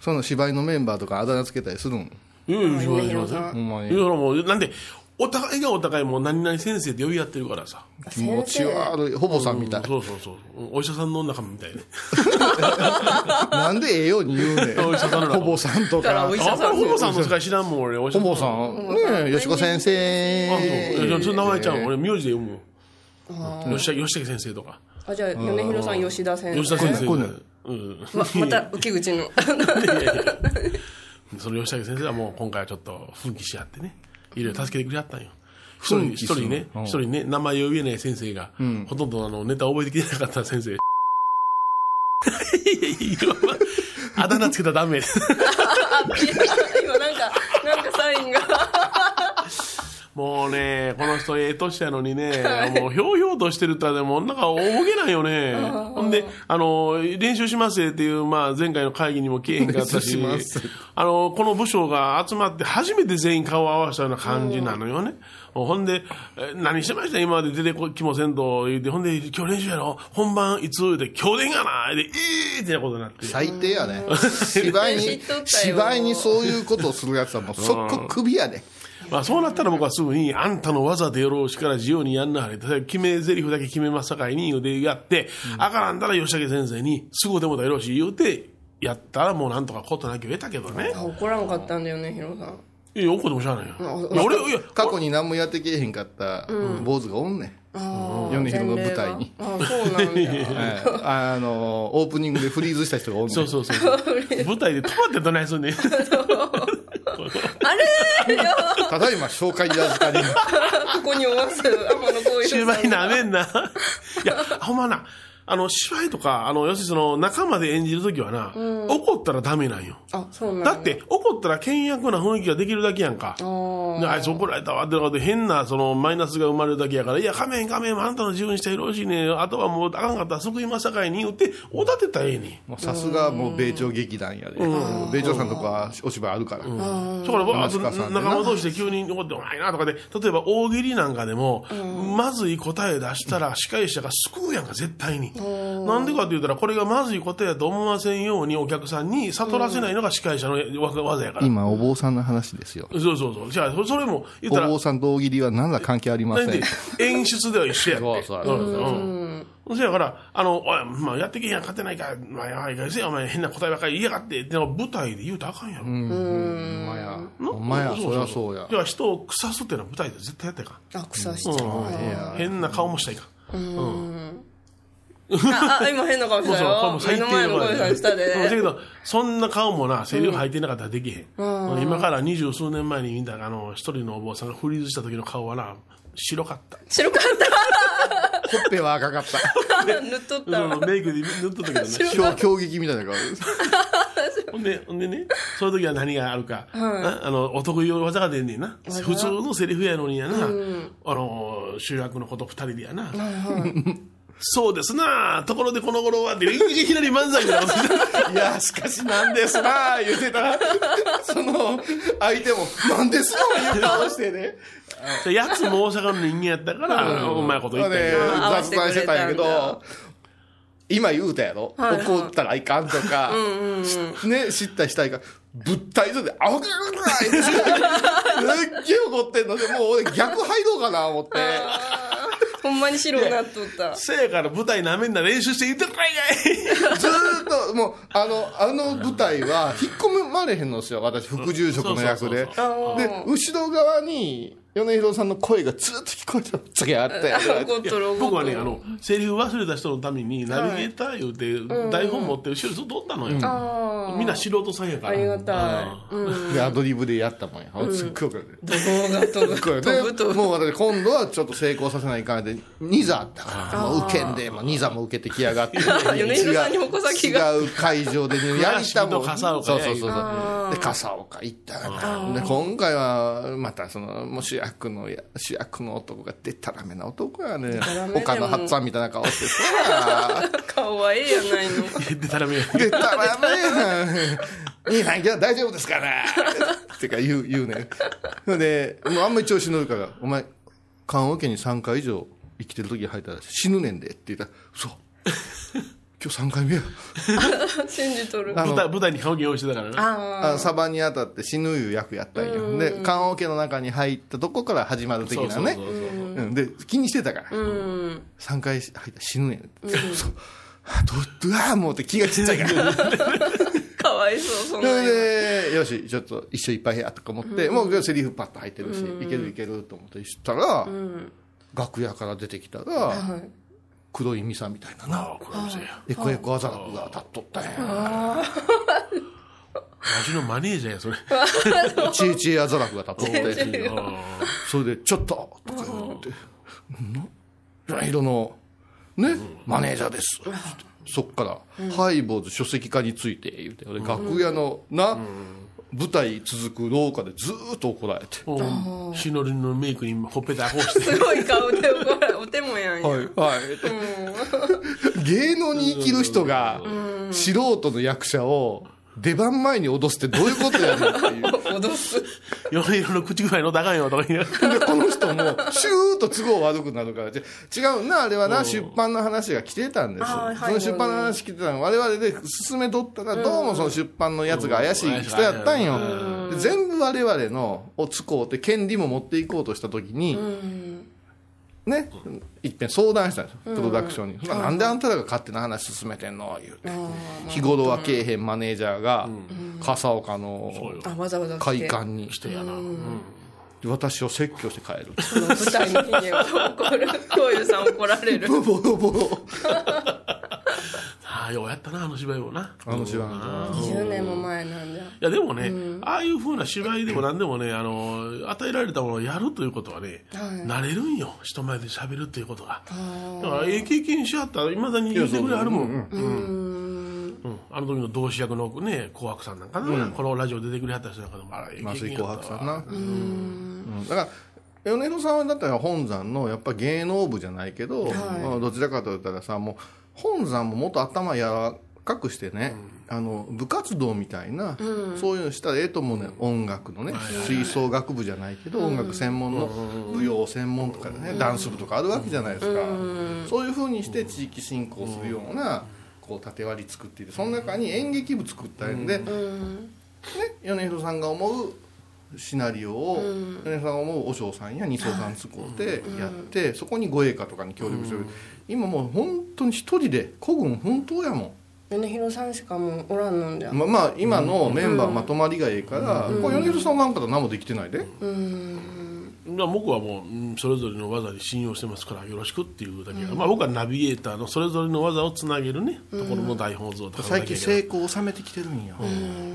D: その芝居のメンバーとかあだ名つけたりするん
C: うんしますします
D: ほんま
C: いや
D: に
C: もうなんでお互いがお互いもう何々先生って呼び合ってるからさ
D: 気持ち悪いほぼさんみたい
C: そうそうそうお医者さんの仲間みたいな
D: なんでええように言う ねん
C: お医者さんの
D: ほぼさんと
B: だから
D: か
B: お医者
C: あんま
B: さん
C: りほぼさんの使い知らんもん俺お医
D: ほ
C: 者さん
D: ぼさんねえ吉子先生
C: あそういやそれ名前ちゃう俺名字で読むよ吉田吉武先生とか
B: あじゃあ米広さん吉田先
C: 吉田先生
D: これね
C: うん
B: ままた受け口の
C: その吉武先生はもう今回はちょっと奮起し合ってねいろいろ助けてくれはったんよ一人
D: 奮起
C: 一
D: する
C: 人ね
D: うん
C: 一人ね名前を言えない先生が、ほとんどあのネタ覚えてきてなかった先生 いやいやあだ名つけたらダメ
B: あいや今なんかなんかサインが
C: もうね、この人、ええ年やのにね、もう、ひょうひょうとしてるったらね、もうなんか大げないよね。ほんで、あの、練習しますっていう、まあ、前回の会議にも経験があったし
D: 練習します、
C: あの、この部署が集まって初めて全員顔を合わせたような感じなのよね。ほんで、え何してました今まで出てこきもせんと言って、ほんで、今日練習やろ本番いつ言うて、今日でんがなで、いいってなことになって。
D: 最低やね。芝居
B: 知っ
D: に
B: とったよ、
D: 芝居にそういうことをするやつはもう即クビやで。
C: まあそうなったら僕はすぐに、あんたの技でよろしから自由にやんなはれって、決め台詞だけ決めますさかいに言うてやって、あからんだら吉武先生に、すぐでもだよろしい言うて、やったらもうなんとかことなきを得たけどね。
B: あ怒らんかったんだよねヒロさん
C: いや、怒ってもしゃあないよ。いや俺、いや、
D: 過去に何もやってけえへんかった坊主がおんねん。
B: あ
D: 米広の舞台に
B: あそうなんだ
D: ええあの、オープニングでフリーズした人がおんね ん。
C: そうそうそうそう。 舞台で 止まってどないすんねん。
B: あれいや
D: ただいま紹介に預かり、
B: ここにおます天野幸雄
C: 芝
B: さ
C: 居
B: ん
C: なめんな。いや、ほんまな、あの、芝居とか、あの、要するにその、仲間で演じるときはな、怒ったらダメなんよ。
B: あそうなん
C: だって、怒ったら倹約な雰囲気ができるだけやんか。
B: あ
C: であいつ怒られたわってなことで変なそのマイナスが生まれるだけやから、いや、仮面仮面、あんたの自由にしてよろしいねんあとはもう、あかんかったら救いますさかいに言って、おだてたらええね
D: もうさすがもう米朝劇団やで。米朝さんとかお芝居あるから。
C: ん。だから、わーっと
D: マスカさんでな
C: 仲間同士で急に怒って、お前なとかで、例えば大喜利なんかでも、まずい答え出したら司会者が救うやんか、絶対に。なんでかって言ったら、これがまずい答えやと思わせんようにお客さんに悟らせないのが司会者の技やから。
D: 今、お坊さんの話ですよ。
C: そうそうそう。じゃあ、それも言っ
D: お
C: たら、
D: 坊さんと大喜利は何ら関係ありません。
C: なんで演出では一緒やって。
D: そうそう
C: うんうんそやから、あの、おい、まあ、やってけへんやん、勝てないから、まあ、やばいかせえお前、変な答えばっかり言いやがって、でも舞台で言うとあかんやろ。
D: ほんまや。ほんまや、そりゃそうや
C: じ。ゃあ、人を腐すっていうのは舞台で絶対やっていか。
B: あ草しちゃうん
C: 変な顔もしたいかん。
B: ああ今変な顔した
C: そうこ
B: よ目
C: れも最低
B: の前の声さん下
C: うんだけ
B: で
C: ど、そんな顔もな、セリフ入ってなかったらできへん。今から二十数年前に見た、あの、一人のお坊さんがフリーズした時の顔はな、白かった。
B: 白か
D: ほっぺは赤か った。
B: った 塗っとった
C: うんメイクで塗っとったけどね。
D: 今日、狂撃みたいな顔です。
C: ほんで、ほんでね、そういう時は何があるか、なあの、お得意技が出んねんな。普通のセリフやのにやな、あの、集落のこと二人でやな。 そうですなところでこの頃は、で、いきなり漫才みたいなことして
D: いや、しかしなんですなぁ、言ってたら、その、相手も、なんですなぁ、言う顔してね。
C: でやつも大阪の人間やったから、うまいこと言った
D: まあ
C: ん
D: ね
C: や
B: 合わせ
D: 雑
B: てくれたんだ
D: 談してたんやけど、今言うたやろ、怒ったらいかんとか、しね、知ったしたいか、物体上で、あほくないってすっげえ怒ってんので、もう俺逆入ろうかな、思って。
B: ほんまに白になっとった
C: せやから舞台なめんな練習して言ってこい がい
D: ずーっと、もう、あの、あの舞台は、引っ込まれへんのですよ、私、副住職の役で。
C: そうそうそう
D: で
C: そ、
D: 後ろ側に、米広さんの声がずーっと聞こえてた。次 あったやろ
B: 怒っとる怒っとる
C: 僕はね、あの、セリフ忘れた人のために、ナビゲーター言うて、台本持って後ろにずっとおったのよ。
B: あ
C: みんな素人さんやから。
B: ありがたい
D: で、アドリブでやったもんや。すっごい怒られて
B: 怒号が飛ぶ飛ぶ
D: で
B: 飛ぶ
D: もう私今度はちょっと成功させないからでニザあったからもう受けんで、まあ、ニザも受けてきや がって
B: 米広さんに矛先が
D: 違う違う会場で、ね、やりたもん
C: 倉敷と笠岡
D: そう
C: や
D: そうそうそうで笠岡行ったらで今回はまたそのもう主役のや主役の男がでたらめな男やね
B: らめでも
D: 他の八っさんみたいな顔してさ
B: 顔はええやないの
C: でたらめや
D: でたらめやん。 いいな、じゃあ大丈夫ですから。ってか言う、言うね。ほんで、もうあんまり調子乗るから、お前、棺桶に3回以上生きてる時に入ったら死ぬねんでって言ったら、そう。今日3回 目や。
B: 信じとる
D: あ
C: 舞
D: の
C: 台舞台に顔用意してたからね。
D: あのサバに当たって死ぬいう役やったんよ。で、棺桶の中に入ったとこから始まる的なね
C: そう。そうそうそう
D: うんで、気にしてたから。3回入ったら死ぬねんって。そう。ど、うわーもうって気がちっちゃいから。
B: かわいそうそん
D: そ
B: な
D: れ
B: ん
D: で、よし、ちょっと一緒いっぱいやとか思って、もうセリフパッと入ってるし、いけるいけると思ってしたら、楽屋から出てきたら、黒いミサみたいなな、
C: ああ、これはせや。
D: エコエコアザラクが当たっとったんや。
C: わしのマネージャーや、それ。
D: チーチーアザラクが当たっとって、
C: あ
D: それで、ちょっととか言って、な色の、ね、マネージャーです。そっから、ハイボーズ書籍化について言うて、俺楽屋の、な、舞台続く廊下でずーっと怒られて。
C: うんしのりのメイクにほっぺたこうして
B: すごい顔で怒らお手もやんや、
D: はい、はい。 芸能に生きる人が、素人の役者を出番前に脅すってどういうことやねんっていう。
B: 脅す
C: 米色の口ぐらいの高いのとか言いながら
D: で、この 人も、シューッと都合悪くなるから、じゃ違うな、あれはな、出版の話が来てたんです。
B: あーはい
D: その出版の話来てたの、我々で進めとったら、どうもその出版のやつが怪しい人やったんよ。で全部我々のを使うって権利も持っていこうとしたときに、ね、いっぺん相談したんですよ、プロダクションに。なんであんたらが勝手な話進めてんの言うて。日頃はけえへんマネージャーが、笠岡の
C: そうよ
B: あわざわざ来
D: 会
B: て
D: 館に、
C: 人やなうん
D: 私を説教して帰る。
B: 舞台の期限は怒る小遊さん怒られる
D: ボロボロ。
C: ああようやったなあの芝居もな
D: あの芝居も
B: 10年も前なんだ
C: いやでもね、ああいう風な芝居でも何でもね、あの、与えられたものをやるということはね、慣れるんよ。人前で喋るということが。だから、ええ経験しはったら、いまだに言ってくれはるもん。うんうんあの時の同志役のね、紅白さんなんかな、このラジオ出てくれはった人なんかでも、あら、ええ経
D: 松井
C: 験や
D: 紅
C: っ
D: 白
C: た
D: さ
C: わ
D: んな。うんだから米広さんはだったら本山のやっぱ芸能部じゃないけど、うんどちらかと言ったらさもう本山ももっと頭柔らかくしてね、あの部活動みたいな、そういうのしたらええと思うね音楽のね、吹奏楽部じゃないけど、音楽専門の舞踊専門とかでね、ダンス部とかあるわけじゃないですか、そういうふうにして地域振興するような、こう縦割り作っていてその中に演劇部作ったんで、ね、米広さんが思うシナリオを、米広さんが思う和尚さんや二層さん使うてやって、そこに護衛歌とかに協力する、今もう本当に一人で古軍奮闘やも
B: 米広さんしかもうおらんのんだ
D: ん、ままあ今のメンバーまとまりがええから、これ米広さんなんかと何もできてないで、
C: だから僕はもううん、それぞれの技に信用してますから、よろしくっていうだけ、まあ僕はナビゲーターのそれぞれの技をつなげるね、ところの台本像とか
D: 最近
C: だけや
D: 成功を収めてきてるんよ、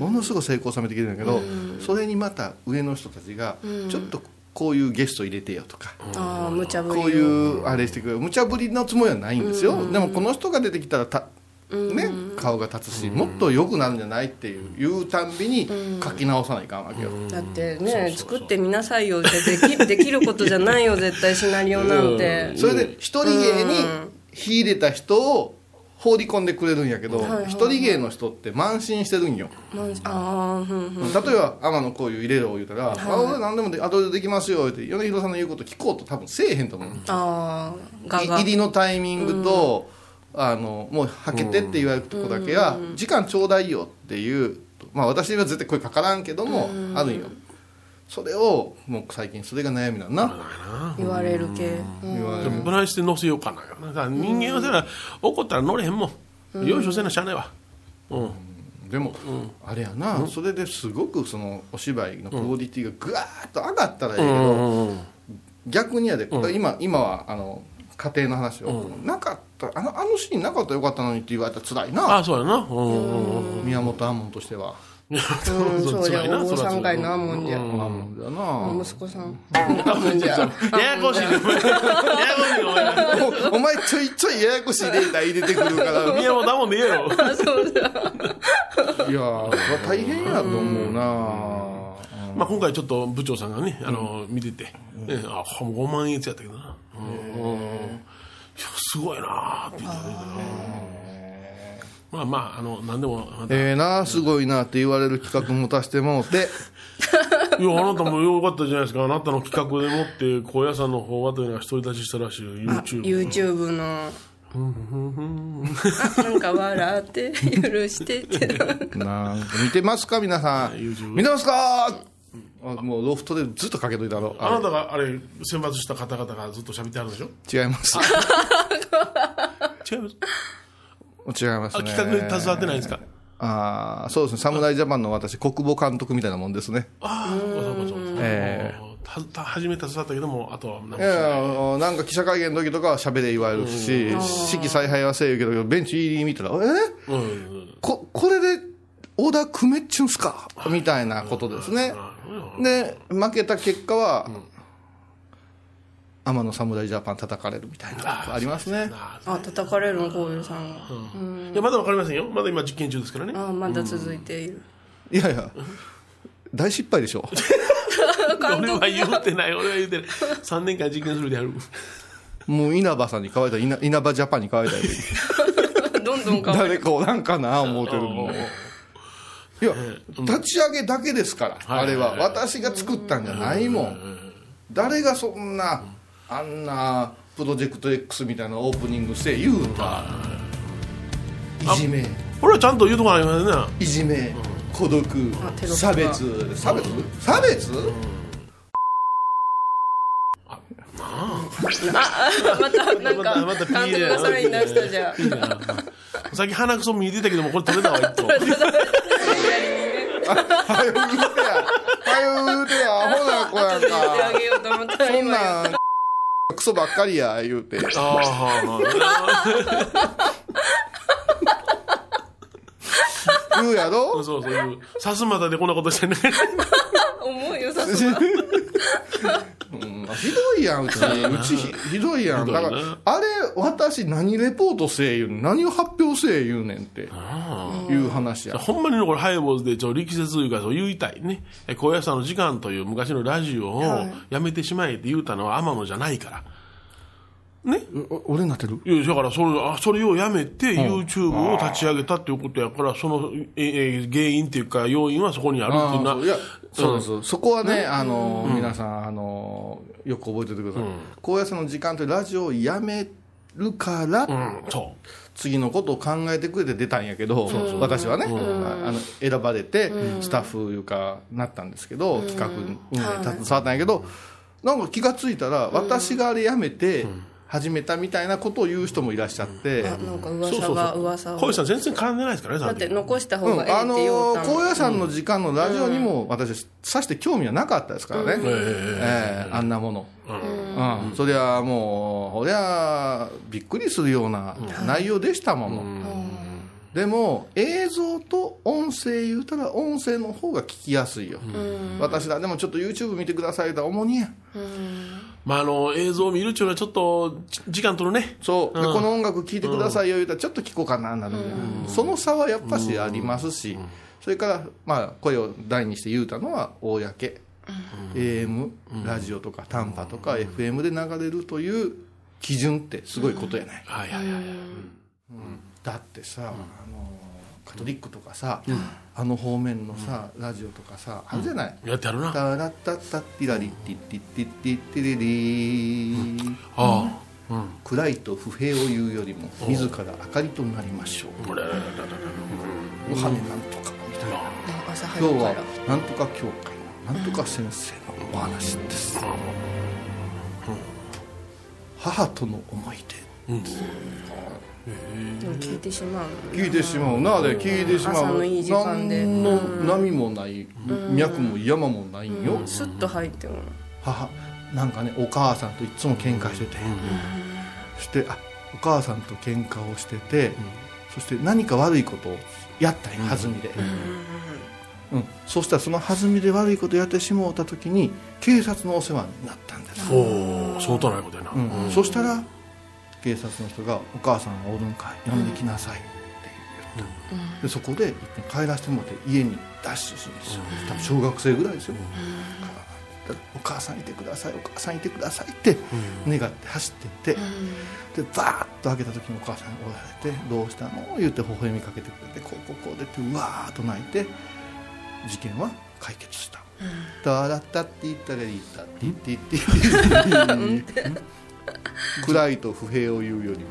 D: ものすごい成功を収めてきてるんやけど、それにまた上の人たちが、ちょっとこういうゲスト入れてよとか、
B: ああ無茶ぶり
D: こういうあれしてくれる無茶ぶりのつもりはないんですよ、でもこの人が出てきたらた、ね、顔が立つし、もっと良くなるんじゃないっていう言うたんびに書き直さないかんわけよ、
B: だってね作ってみなさいよでできできることじゃないよ絶対シナリオなんて
D: それで一人芸に秀でた人を放り込んでくれるんやけど、一人芸の人って慢心してるんよ、
B: なんああふんふん
D: 例えば天野こういう入れろ言うたら「あ俺何でもで後でできますよ」って米広さんの言うこと聞こうと多分せえへんと思う、
B: ああが
D: い
B: が
D: 入りのタイミングと、あのもうはけてって言われるとこだけは、時間ちょうだいよっていうまあ私には絶対声かからんけども、あるんよそれをもう最近それが悩みなんな、
B: 言われる系
D: 言わ
C: けど
D: れる
C: でもどないして乗せようかなよなだから人間はせな怒ったら乗れへんもん、よいしょせなしゃあないわうん
D: でも、あれやな、それですごくそのお芝居のクオリティがぐわーっと上がったらいいけど、逆にやで、今今はあの家庭の話を、なかったあのあのシーンなかったらよかったのにって言われたら辛い
C: あ
D: な
C: あそうやなうんうんうん
D: 宮本亞門としては、
B: うん
C: そ
B: そううじゃ
C: 辛いな
B: 大御
C: そ
B: さ
C: らそうん
B: 会のアモンじゃ
D: 亞門だな
B: 息子さんアモンじゃ
C: ややこしいなややこしいなお前な
D: おお 前ちょいちょいややこしいデータ入れてくるからいや
C: 宮本だもんで言えよ
B: そうだ
D: ーこれ大変やと思うな
C: まあ今回ちょっと部長さんがねあの見ててねあほん5万円やつやったけどなうんうんいやすごいなーって言ってたねまあまああの何でもまた
D: ええなすごいなって言われる企画持たせてもう て
C: いや、あなたもよかったじゃないですか。あなたの企画でもって、高野山の方はというのは独り立ちしたらしいよ、YouTube。
B: YouTube のあなんか笑って許してって
D: なんか見てますか皆さん
C: YouTube
D: 見てますかあもうロフトでずっとかけといたろ
C: あ
D: あ
C: なたが、あれ、選抜した方々がずっと喋ってあるでしょ
D: 違います
C: 違います。
D: 違います
C: あ、
D: ね
C: 企画に携わってないんですか
D: ああそうですね侍ジャパンの私国母監督みたいなもんですね
C: ああ、そうそうそう。
D: え
C: たた初め携わったけども、あとは何もし
D: い
C: ない
D: やいやあのなんか記者会見の時とかは喋れ言われるし式采配はせえ言うけどベンチ入り見たらえ
C: うんうん
D: ここれでオーダー組めっちゅうんすかみたいなことですねで負けた結果は、天野侍ジャパン叩かれるみたいなありますね
B: あ叩かれるのこういうさんが
C: うん。いや、まだわかりませんよ。まだ今実験中ですからね。
B: あまだ続いている
D: いやいや大失敗でしょ
C: 俺は言うてない、俺は言うてない。3年間実験するである。
D: もう稲葉さんに変われた稲稲葉ジャパンに変われたよ
B: どんどん変わる
D: 誰かおらんかな思うてるもういや立ち上げだけですから、あれは私が作ったんじゃないもん、誰がそんなあんなプロジェクト X みたいなオープニングして言うたいじめ
C: 俺はちゃんと言うとこありますね。
D: いじめ孤独
B: あテロップが
D: 差別差別差別
B: またなんか
C: またまた
B: 監督がそれに出したじゃん
C: いいなさっき鼻くそ見えてたけども、これ取れたわ、 一個。
D: はよ言うてやはよ言うてやアホな子やん
B: 言ってあ
D: か
B: げようと思ったら
D: そん
B: 今言う
D: なんクソばっかりや言うて
C: ああ、は
D: 言うや
C: あ、はあ。
D: ろ
C: そうそういう。さすまたでこんなことしてない。
B: 思うよさ
D: うんひどいやんうちうちひひどいや
C: ひ
D: ん
C: ど
D: だ
C: い
D: か
C: な
D: らあれ私何レポートせえ言うねん何を発表せえ言うねんっていう話 や
C: ほんまにねこれ、ハイボーズで、ちょ、力説いうか、そう言いたいね。え高野山の時間という昔のラジオをやめてしまえって言うたのは天野じゃないから。ね
D: お俺なってる
C: いや、だからそれ、あ、それをやめて、YouTube を立ち上げたっていうことやから、その、え、え、原因っていうか、要因はそこにあるっていう
D: あ
C: な。
D: あそういやそう
C: うん
D: です、そこはね、あの皆さんあのよく覚えておいてください、高野山の時間というラジオをやめるから、
C: うん、そ
D: 次のことを考えてくれて出たんやけど、私はね、あの選ばれて、スタッフいうか、なったんですけど、企画に携わったんやけど、なんか気がついたら、私があれやめて、始めたみたいなことを言う人もいらっしゃって、
B: なんか
C: う。そ
B: 噂
C: うそう
B: が
C: そ
B: 噂
C: う。
B: を
C: 小石さん全然絡んでないですからね、
B: だ
C: さ
B: って残した
D: う
B: 方
D: ん
B: がえ
D: あ
B: えっ
D: の
B: て言おうた
D: ー
B: もん
D: 高野山の時間のラジオにも、私、さして興味はなかったですからね、ええあんなもの。うん、そりゃもう、そりゃびっくりするような内容でしたもん、でも映像と音声言うたら音声の方が聞きやすいよ、私らでもちょっと YouTube 見てくださいと主にや
C: まあ、あの、映像を見るっていうのはちょっと、じ時間取るね。
D: そう、で
C: うん
D: この音楽聴いてくださいよ言うたらちょっと聞こうかななるみたいなその差はやっぱしありますし、それから、まあ、声を大にして言うたのは公、AM ラジオとか短波とか FM で流れるという基準ってすごいことやない、
C: はいはいはいはい。
D: だってさ、あのカトリックとかさ、あの方面のさ、ラジオとかさあるじゃない、
C: やってやるな。あ
D: タラッタッタッティラリッティッティッティッティッティリリー
C: あ。
D: 暗いと不平を言うよりも自ら明かりとなりましょう
C: これ、
D: お羽なんとかみたいな
B: 朝早
D: 今日
B: くから
D: はなんとか教会のなんとか先生のお話です、母との思い
B: でも聞いてしまう
D: 出聞いてしまうなで聞いてしまう
B: 朝のいい時間で
D: 何の波もない脈も山もないんよ、
B: スッと入っても
D: 母なんかねお母さんといつも喧嘩してて、そしてあお母さんと喧嘩をしてて、そして何か悪いことをやったんよ弾みで、うんそうしたらその弾みで悪いことやってしもうた時に警察のお世話になったんです、
C: おお、相当ないことやな。
D: うんそしたら警察の人が「お母さんがおるんかい呼んできなさい」って言った、でそこで一回帰らせてもらって家にダッシュするんですよ、多分小学生ぐらいですよ、だからお母さんいてくださいお母さんいてくださいって願って走ってって、でバーッと開けた時にお母さんにおられて「どうしたの?」言って微笑みかけてくれて「こうこうこうで」ってうわーっと泣いて事件は解決した。ダラッタッティッタレリッタッティッティッティッ ティ暗いと不平を言うよりも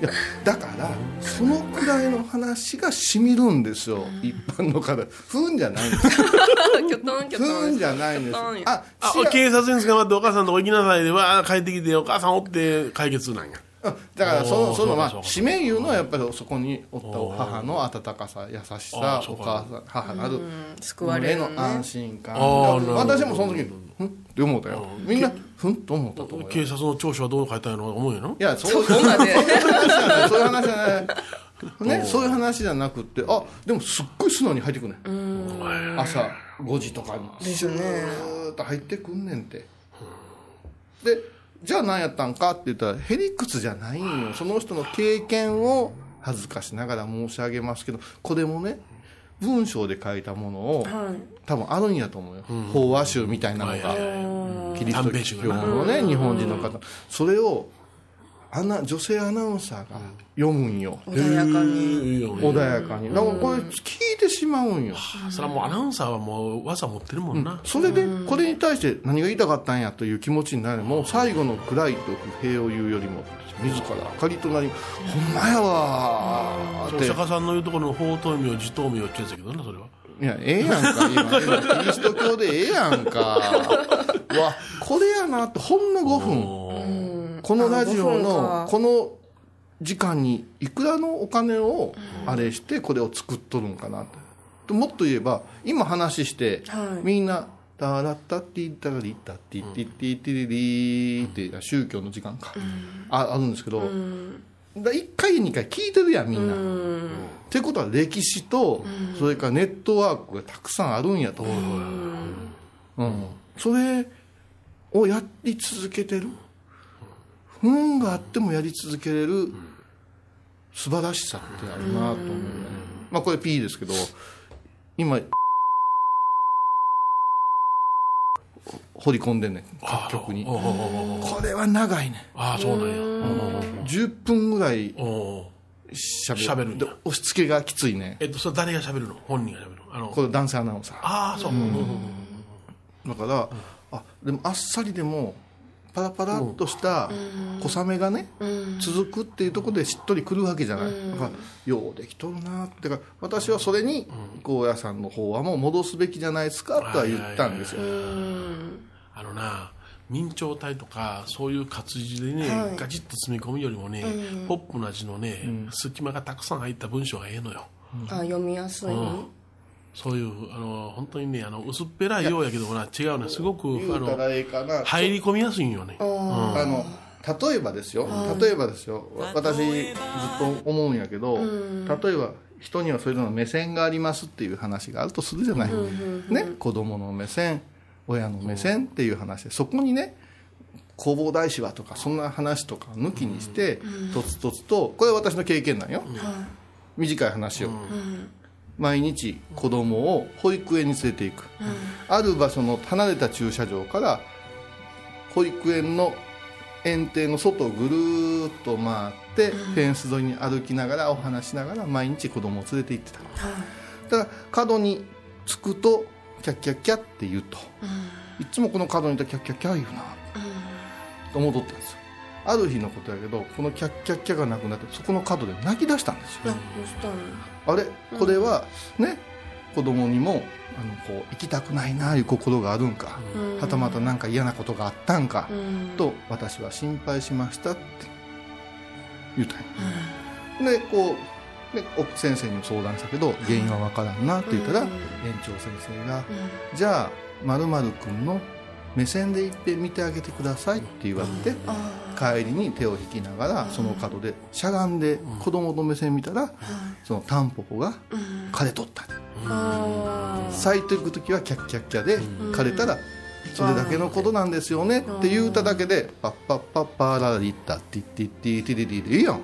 D: いやだからそのくらいの話がしみるんですよ一般の方ふんじゃないんです
B: キョトンキョ
D: ふ
B: ト
D: ん
B: ン
D: じゃないんです
B: そうよ
D: あ
C: あ、
D: 違う
C: 警察に捕まってお母さんのとこ行きなさいで、わあ、帰ってきて、お母さんおって解決なんや。
D: うんだからそ
C: お
D: の
C: ー
D: そのま
C: そう
D: あ
C: か
D: 使命いうのはやっぱりそこにおった母の温かさ優し
C: あ
D: さ
C: ーそ
D: お
C: うか
D: 母さん母なる
B: 救われる
D: の
B: の
D: へ
B: ね
D: の安心感
C: あーなるほど
D: 私もその時ふんって思ったよみんなふんと思ったと思うよ
C: 警察の聴取はどう書いたんやろ思うやろ
D: いや、そう そういう話じゃない、そういう話じゃない。ね、そういう話じゃなくて、あ、でもすっごい素直に入ってくんねん。朝5時とかに。ですね。ーっと入ってくんねんて。で、じゃあ何やったんかって言ったら、へりくつじゃないんよ。その人の経験を恥ずかしながら申し上げますけど、これもね、文章で書いたものを、
B: はい
D: 多分あるんやと思うよ、法話集みたいなのが、キリスト教のね、日本人の方、それをアナ女性アナウンサーが読むんよ、
B: 穏やかに
D: 穏やかに、だからこれ、聞いてしまうんよ、
C: それはもうアナウンサーはもう技持ってるもんな、
D: それでこれに対して何が言いたかったんやという気持ちになるもう最後の暗いと不平を言うよりも自ら明かりとなりほんまやわー
C: 大
D: って
C: 阪さんの言うところの法灯明、地灯明ってやつだけどな、それは。
D: いやええやんか今今キリスト教でええや んかわこれやなってほんの5分このラジオのこの時間にいくらのお金をあれしてこれを作っとるんかなともっと言えば今話して
B: はい
D: みんな「タラッタッティタラリッタッティッティッティッティリリー」って宗教の時間かああるんですけど1回2回聞いてるやんみんな。ってことは歴史とそれからネットワークがたくさんあるんやと思うのようんそれをやり続けてる不運があってもやり続けれる素晴らしさってあるなと思うよねまあこれ P ですけど今掘り込んでんねん
C: あー
D: 曲に
C: おうおうおうおう
D: これは長いね
C: あー、そうなんや。
D: ん10分ぐらい
C: おうおう
D: しゃべる
C: 喋るんだ
D: で押し付けがきついね
C: えっと、それ誰が喋るの本人が喋るのあの
D: これ男性アナウンサー
C: ああ、そう。うん
D: だから、あでもあっさりでもパラパラっとした小雨がね、続くっていうところでしっとりくるわけじゃない、だからようできとるなってだから私はそれに高野さんの方はもう戻すべきじゃないですかとは言ったんですよ、
C: あのな、明朝体とか、そういう活字でね、ガチッと詰め込むよりもね、ポップな字のね、隙間がたくさん入った文章がええのよ。
B: あ読みやすい、
C: そういう、あの、本当にね、あの、薄っぺらいようやけどもな、違うね、すごく、
D: 言
C: あ
D: うた
C: の、
D: らええかな、
C: 入り込みやすいんよね。
D: あの例えばですよ、例えばですよわ私ずっと思うんやけど、例えば人にはそれぞれの目線がありますっていう話があるとするじゃない、ね、子供の目線親の目線っていう話でそこにね弘法大師はとかそんな話とか抜きにして、とつとつとこれは私の経験なんよ、短い話を、毎日子供を保育園に連れていく、ある場所の離れた駐車場から保育園の園庭の外をぐるーっと回って、フェンス沿いに歩きながらお話しながら毎日子供を連れて行ってた、だから角に着くとキャッキャッキャッって言うと、いつもこの角にいたらキャッキャッキャッ言うな、と思っとったんですよある日のことやけどこのキャッキャッキャがなくなってそこの角で泣き出したんですよ、
B: あどうしたの
D: あれこれはね子供にもあのこう行きたくないなあいう心があるんか、はたまた何か嫌なことがあったんか、と私は心配しましたって言うたんや、でこうでお先生にも相談したけど原因は分からんなって言ったら、園長先生が「じゃあまるくんの目線で行って見てあげてください」って言われて、帰りに手を引きながらその角でしゃがんで子供の目線見たら、そのタンポポが枯れとった、咲いていく時はキャッキャッキャで枯れたらそれだけのことなんですよねって言うただけでパッパッパッパーラリッタッティッティッティッティリリリでいいやん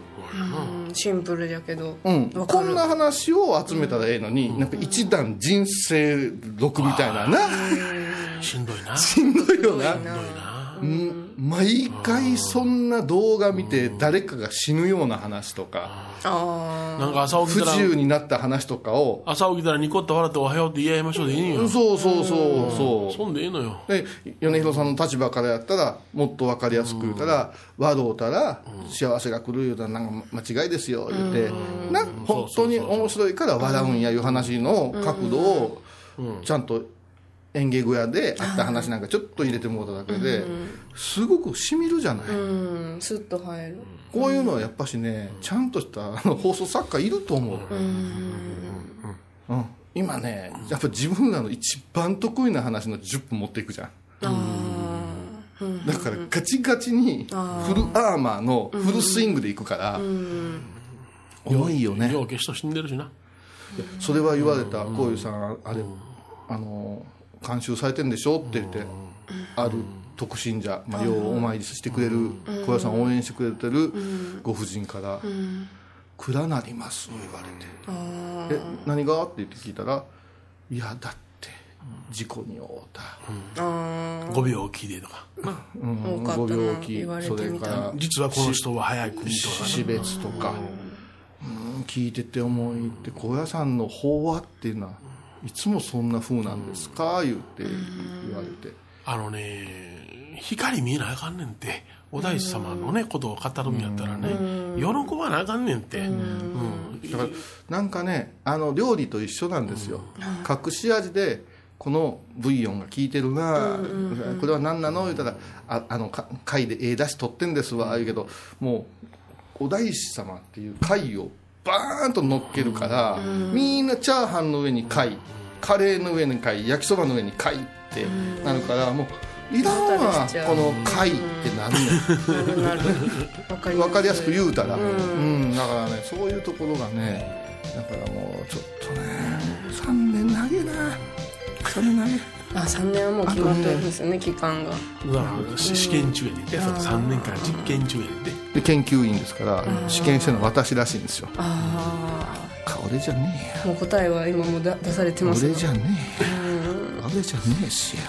B: うんシンプルやけど、
D: うん、
B: わ
D: こ
B: かる
D: んな話を集めたらええのに、なんか一段人生録みたいなな、
C: しんどいな。し
D: しんどいよな、
C: んどいな。
D: うん毎回そんな動画見て誰かが死ぬような話とか、
B: あ
C: なんか朝起き
D: 不
C: たら
D: 自、由になった話とかを、
C: 朝起きたらニコッと笑っておはようって言い合いましょうでいいんよ。
D: そうそうそうそう
C: そんでいいのよ。
D: で米広さんの立場からやったらもっと分かりやすく言うたら笑うたら幸せが来るようななんか間違いですよ言ってな本当に面白いから笑うんやいう話の角度をちゃんと演芸小屋であった話なんかちょっと入れてもらっただけですごくしみるじゃない
B: あうんスッと 入る
D: こういうのはやっぱしねちゃんとしたあの放送作家いると思ううん今ねやっぱ自分らの一番得意な話の10分持っていくじゃん
B: あ
D: だからガチガチにフルアーマーのフルスイングでいくから重いよね
C: よう消しと死んでるしな。
D: それは言われたこういうさんあれあの監修されてんでしょって言ってある特信者まあようお参りしてくれる小屋さん応援してくれてるご婦人から暗なります」言われて「え何が?」って言って聞いたら「いやだって事故に遭うた」
B: あ
C: 5秒きでとか
B: 多かったな
D: ご病気
B: 言われて
D: そ
B: みたら
D: れから
C: 実はこの人は早い国とかね
D: 死別とか、うん聞いてて思いって高野山の法話っていうのはいつもそんな風なんですか、言うて言われて、
C: あのね光見えなあかんねんってお大師様のねことを語るんやったらね喜ばなあかんねんってうん
D: だからなんかねあの料理と一緒なんですよ、隠し味でこのブイヨンが効いてるな、これは何なの言うたら「ああのか貝でええだし取ってんですわ」言うけどもうお大師様っていう貝をバーンと乗っけるから、みんなチャーハンの上に貝、カレーの上に貝焼きそばの上に貝ってなるから、もういらん
B: もた
D: わ
B: れしちゃう
D: この貝ってなるねん
B: あなるなるわかりま
D: 分かりやすく言うたら、うんだからねそういうところがねだからもうちょっとね3年投げな3年投げ
B: あ3年はもう決まってるんですよね期間が
C: だからし試験中やねんてその3年間実験中やねんて
D: で研究員ですから試験してるのは私らしいんですよ
B: あ
D: 俺じゃねえや
B: あもう答えは今もうだ出されてます
D: 俺じゃねえや俺じゃねえしや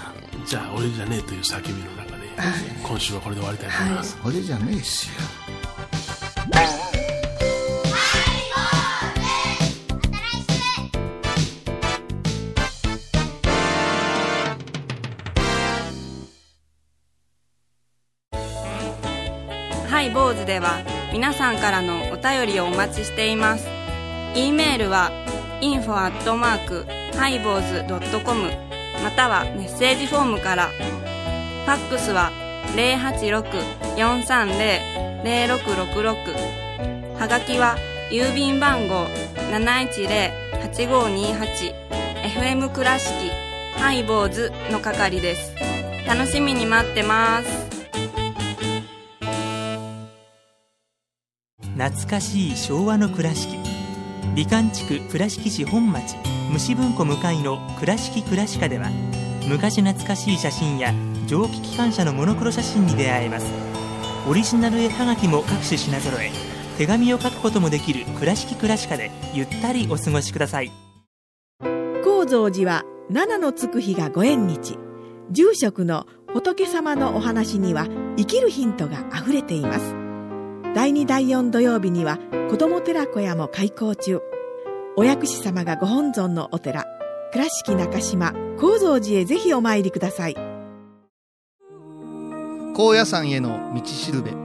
C: じゃあ俺じゃねえという叫びの中で今週はこれで終わりたいと思います
D: 俺じゃねえしや
B: ハイボーズでは皆さんからのお便りをお待ちしています。e メールは info アットマークハイボーズドットコムまたはメッセージフォームから。ファックスは086-430-0666はがきは郵便番号710-8528 FM 倉敷ハイボーズの係です。楽しみに待ってます。
G: 懐かしい昭和の倉敷美観地区倉敷市本町虫文庫向かいの「倉敷倉歯科」では昔懐かしい写真や蒸気機関車のモノクロ写真に出会えますオリジナル絵はがきも各種品揃え手紙を書くこともできる「倉敷倉歯科」でゆったりお過ごしください
H: 高蔵寺は七のつく日がご縁日住職の仏様のお話には生きるヒントがあふれています第2第4土曜日には子ども寺小屋も開校中お薬師様がご本尊のお寺倉敷中島・高蔵寺へぜひお参りください
D: 高野山への道しるべこ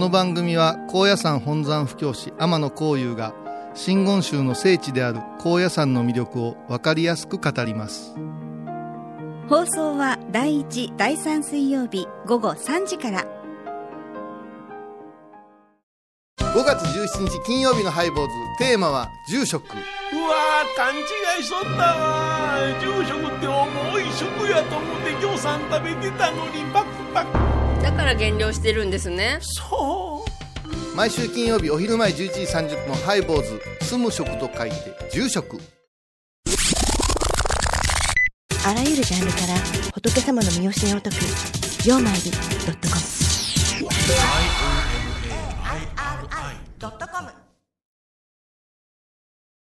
D: の番組は高野山本山布教師天野幸雄が真言宗の聖地である高野山の魅力を分かりやすく語ります
I: 放送は第1、第3水曜日午後3時から。
D: 5月17日金曜日のハイボーズテーマは住職
C: うわー勘違いしとったわ住職って重い職やと思ってぎょうさん食べてたのにバクバク
B: だから減量してるんですね。
C: そう
D: 毎週金曜日お昼前11時30分ハイボーズ住む食と書いて住職
J: あらゆるジャンルから仏様の身教えを解く「曜マイルドットコム」
C: i o m a i r i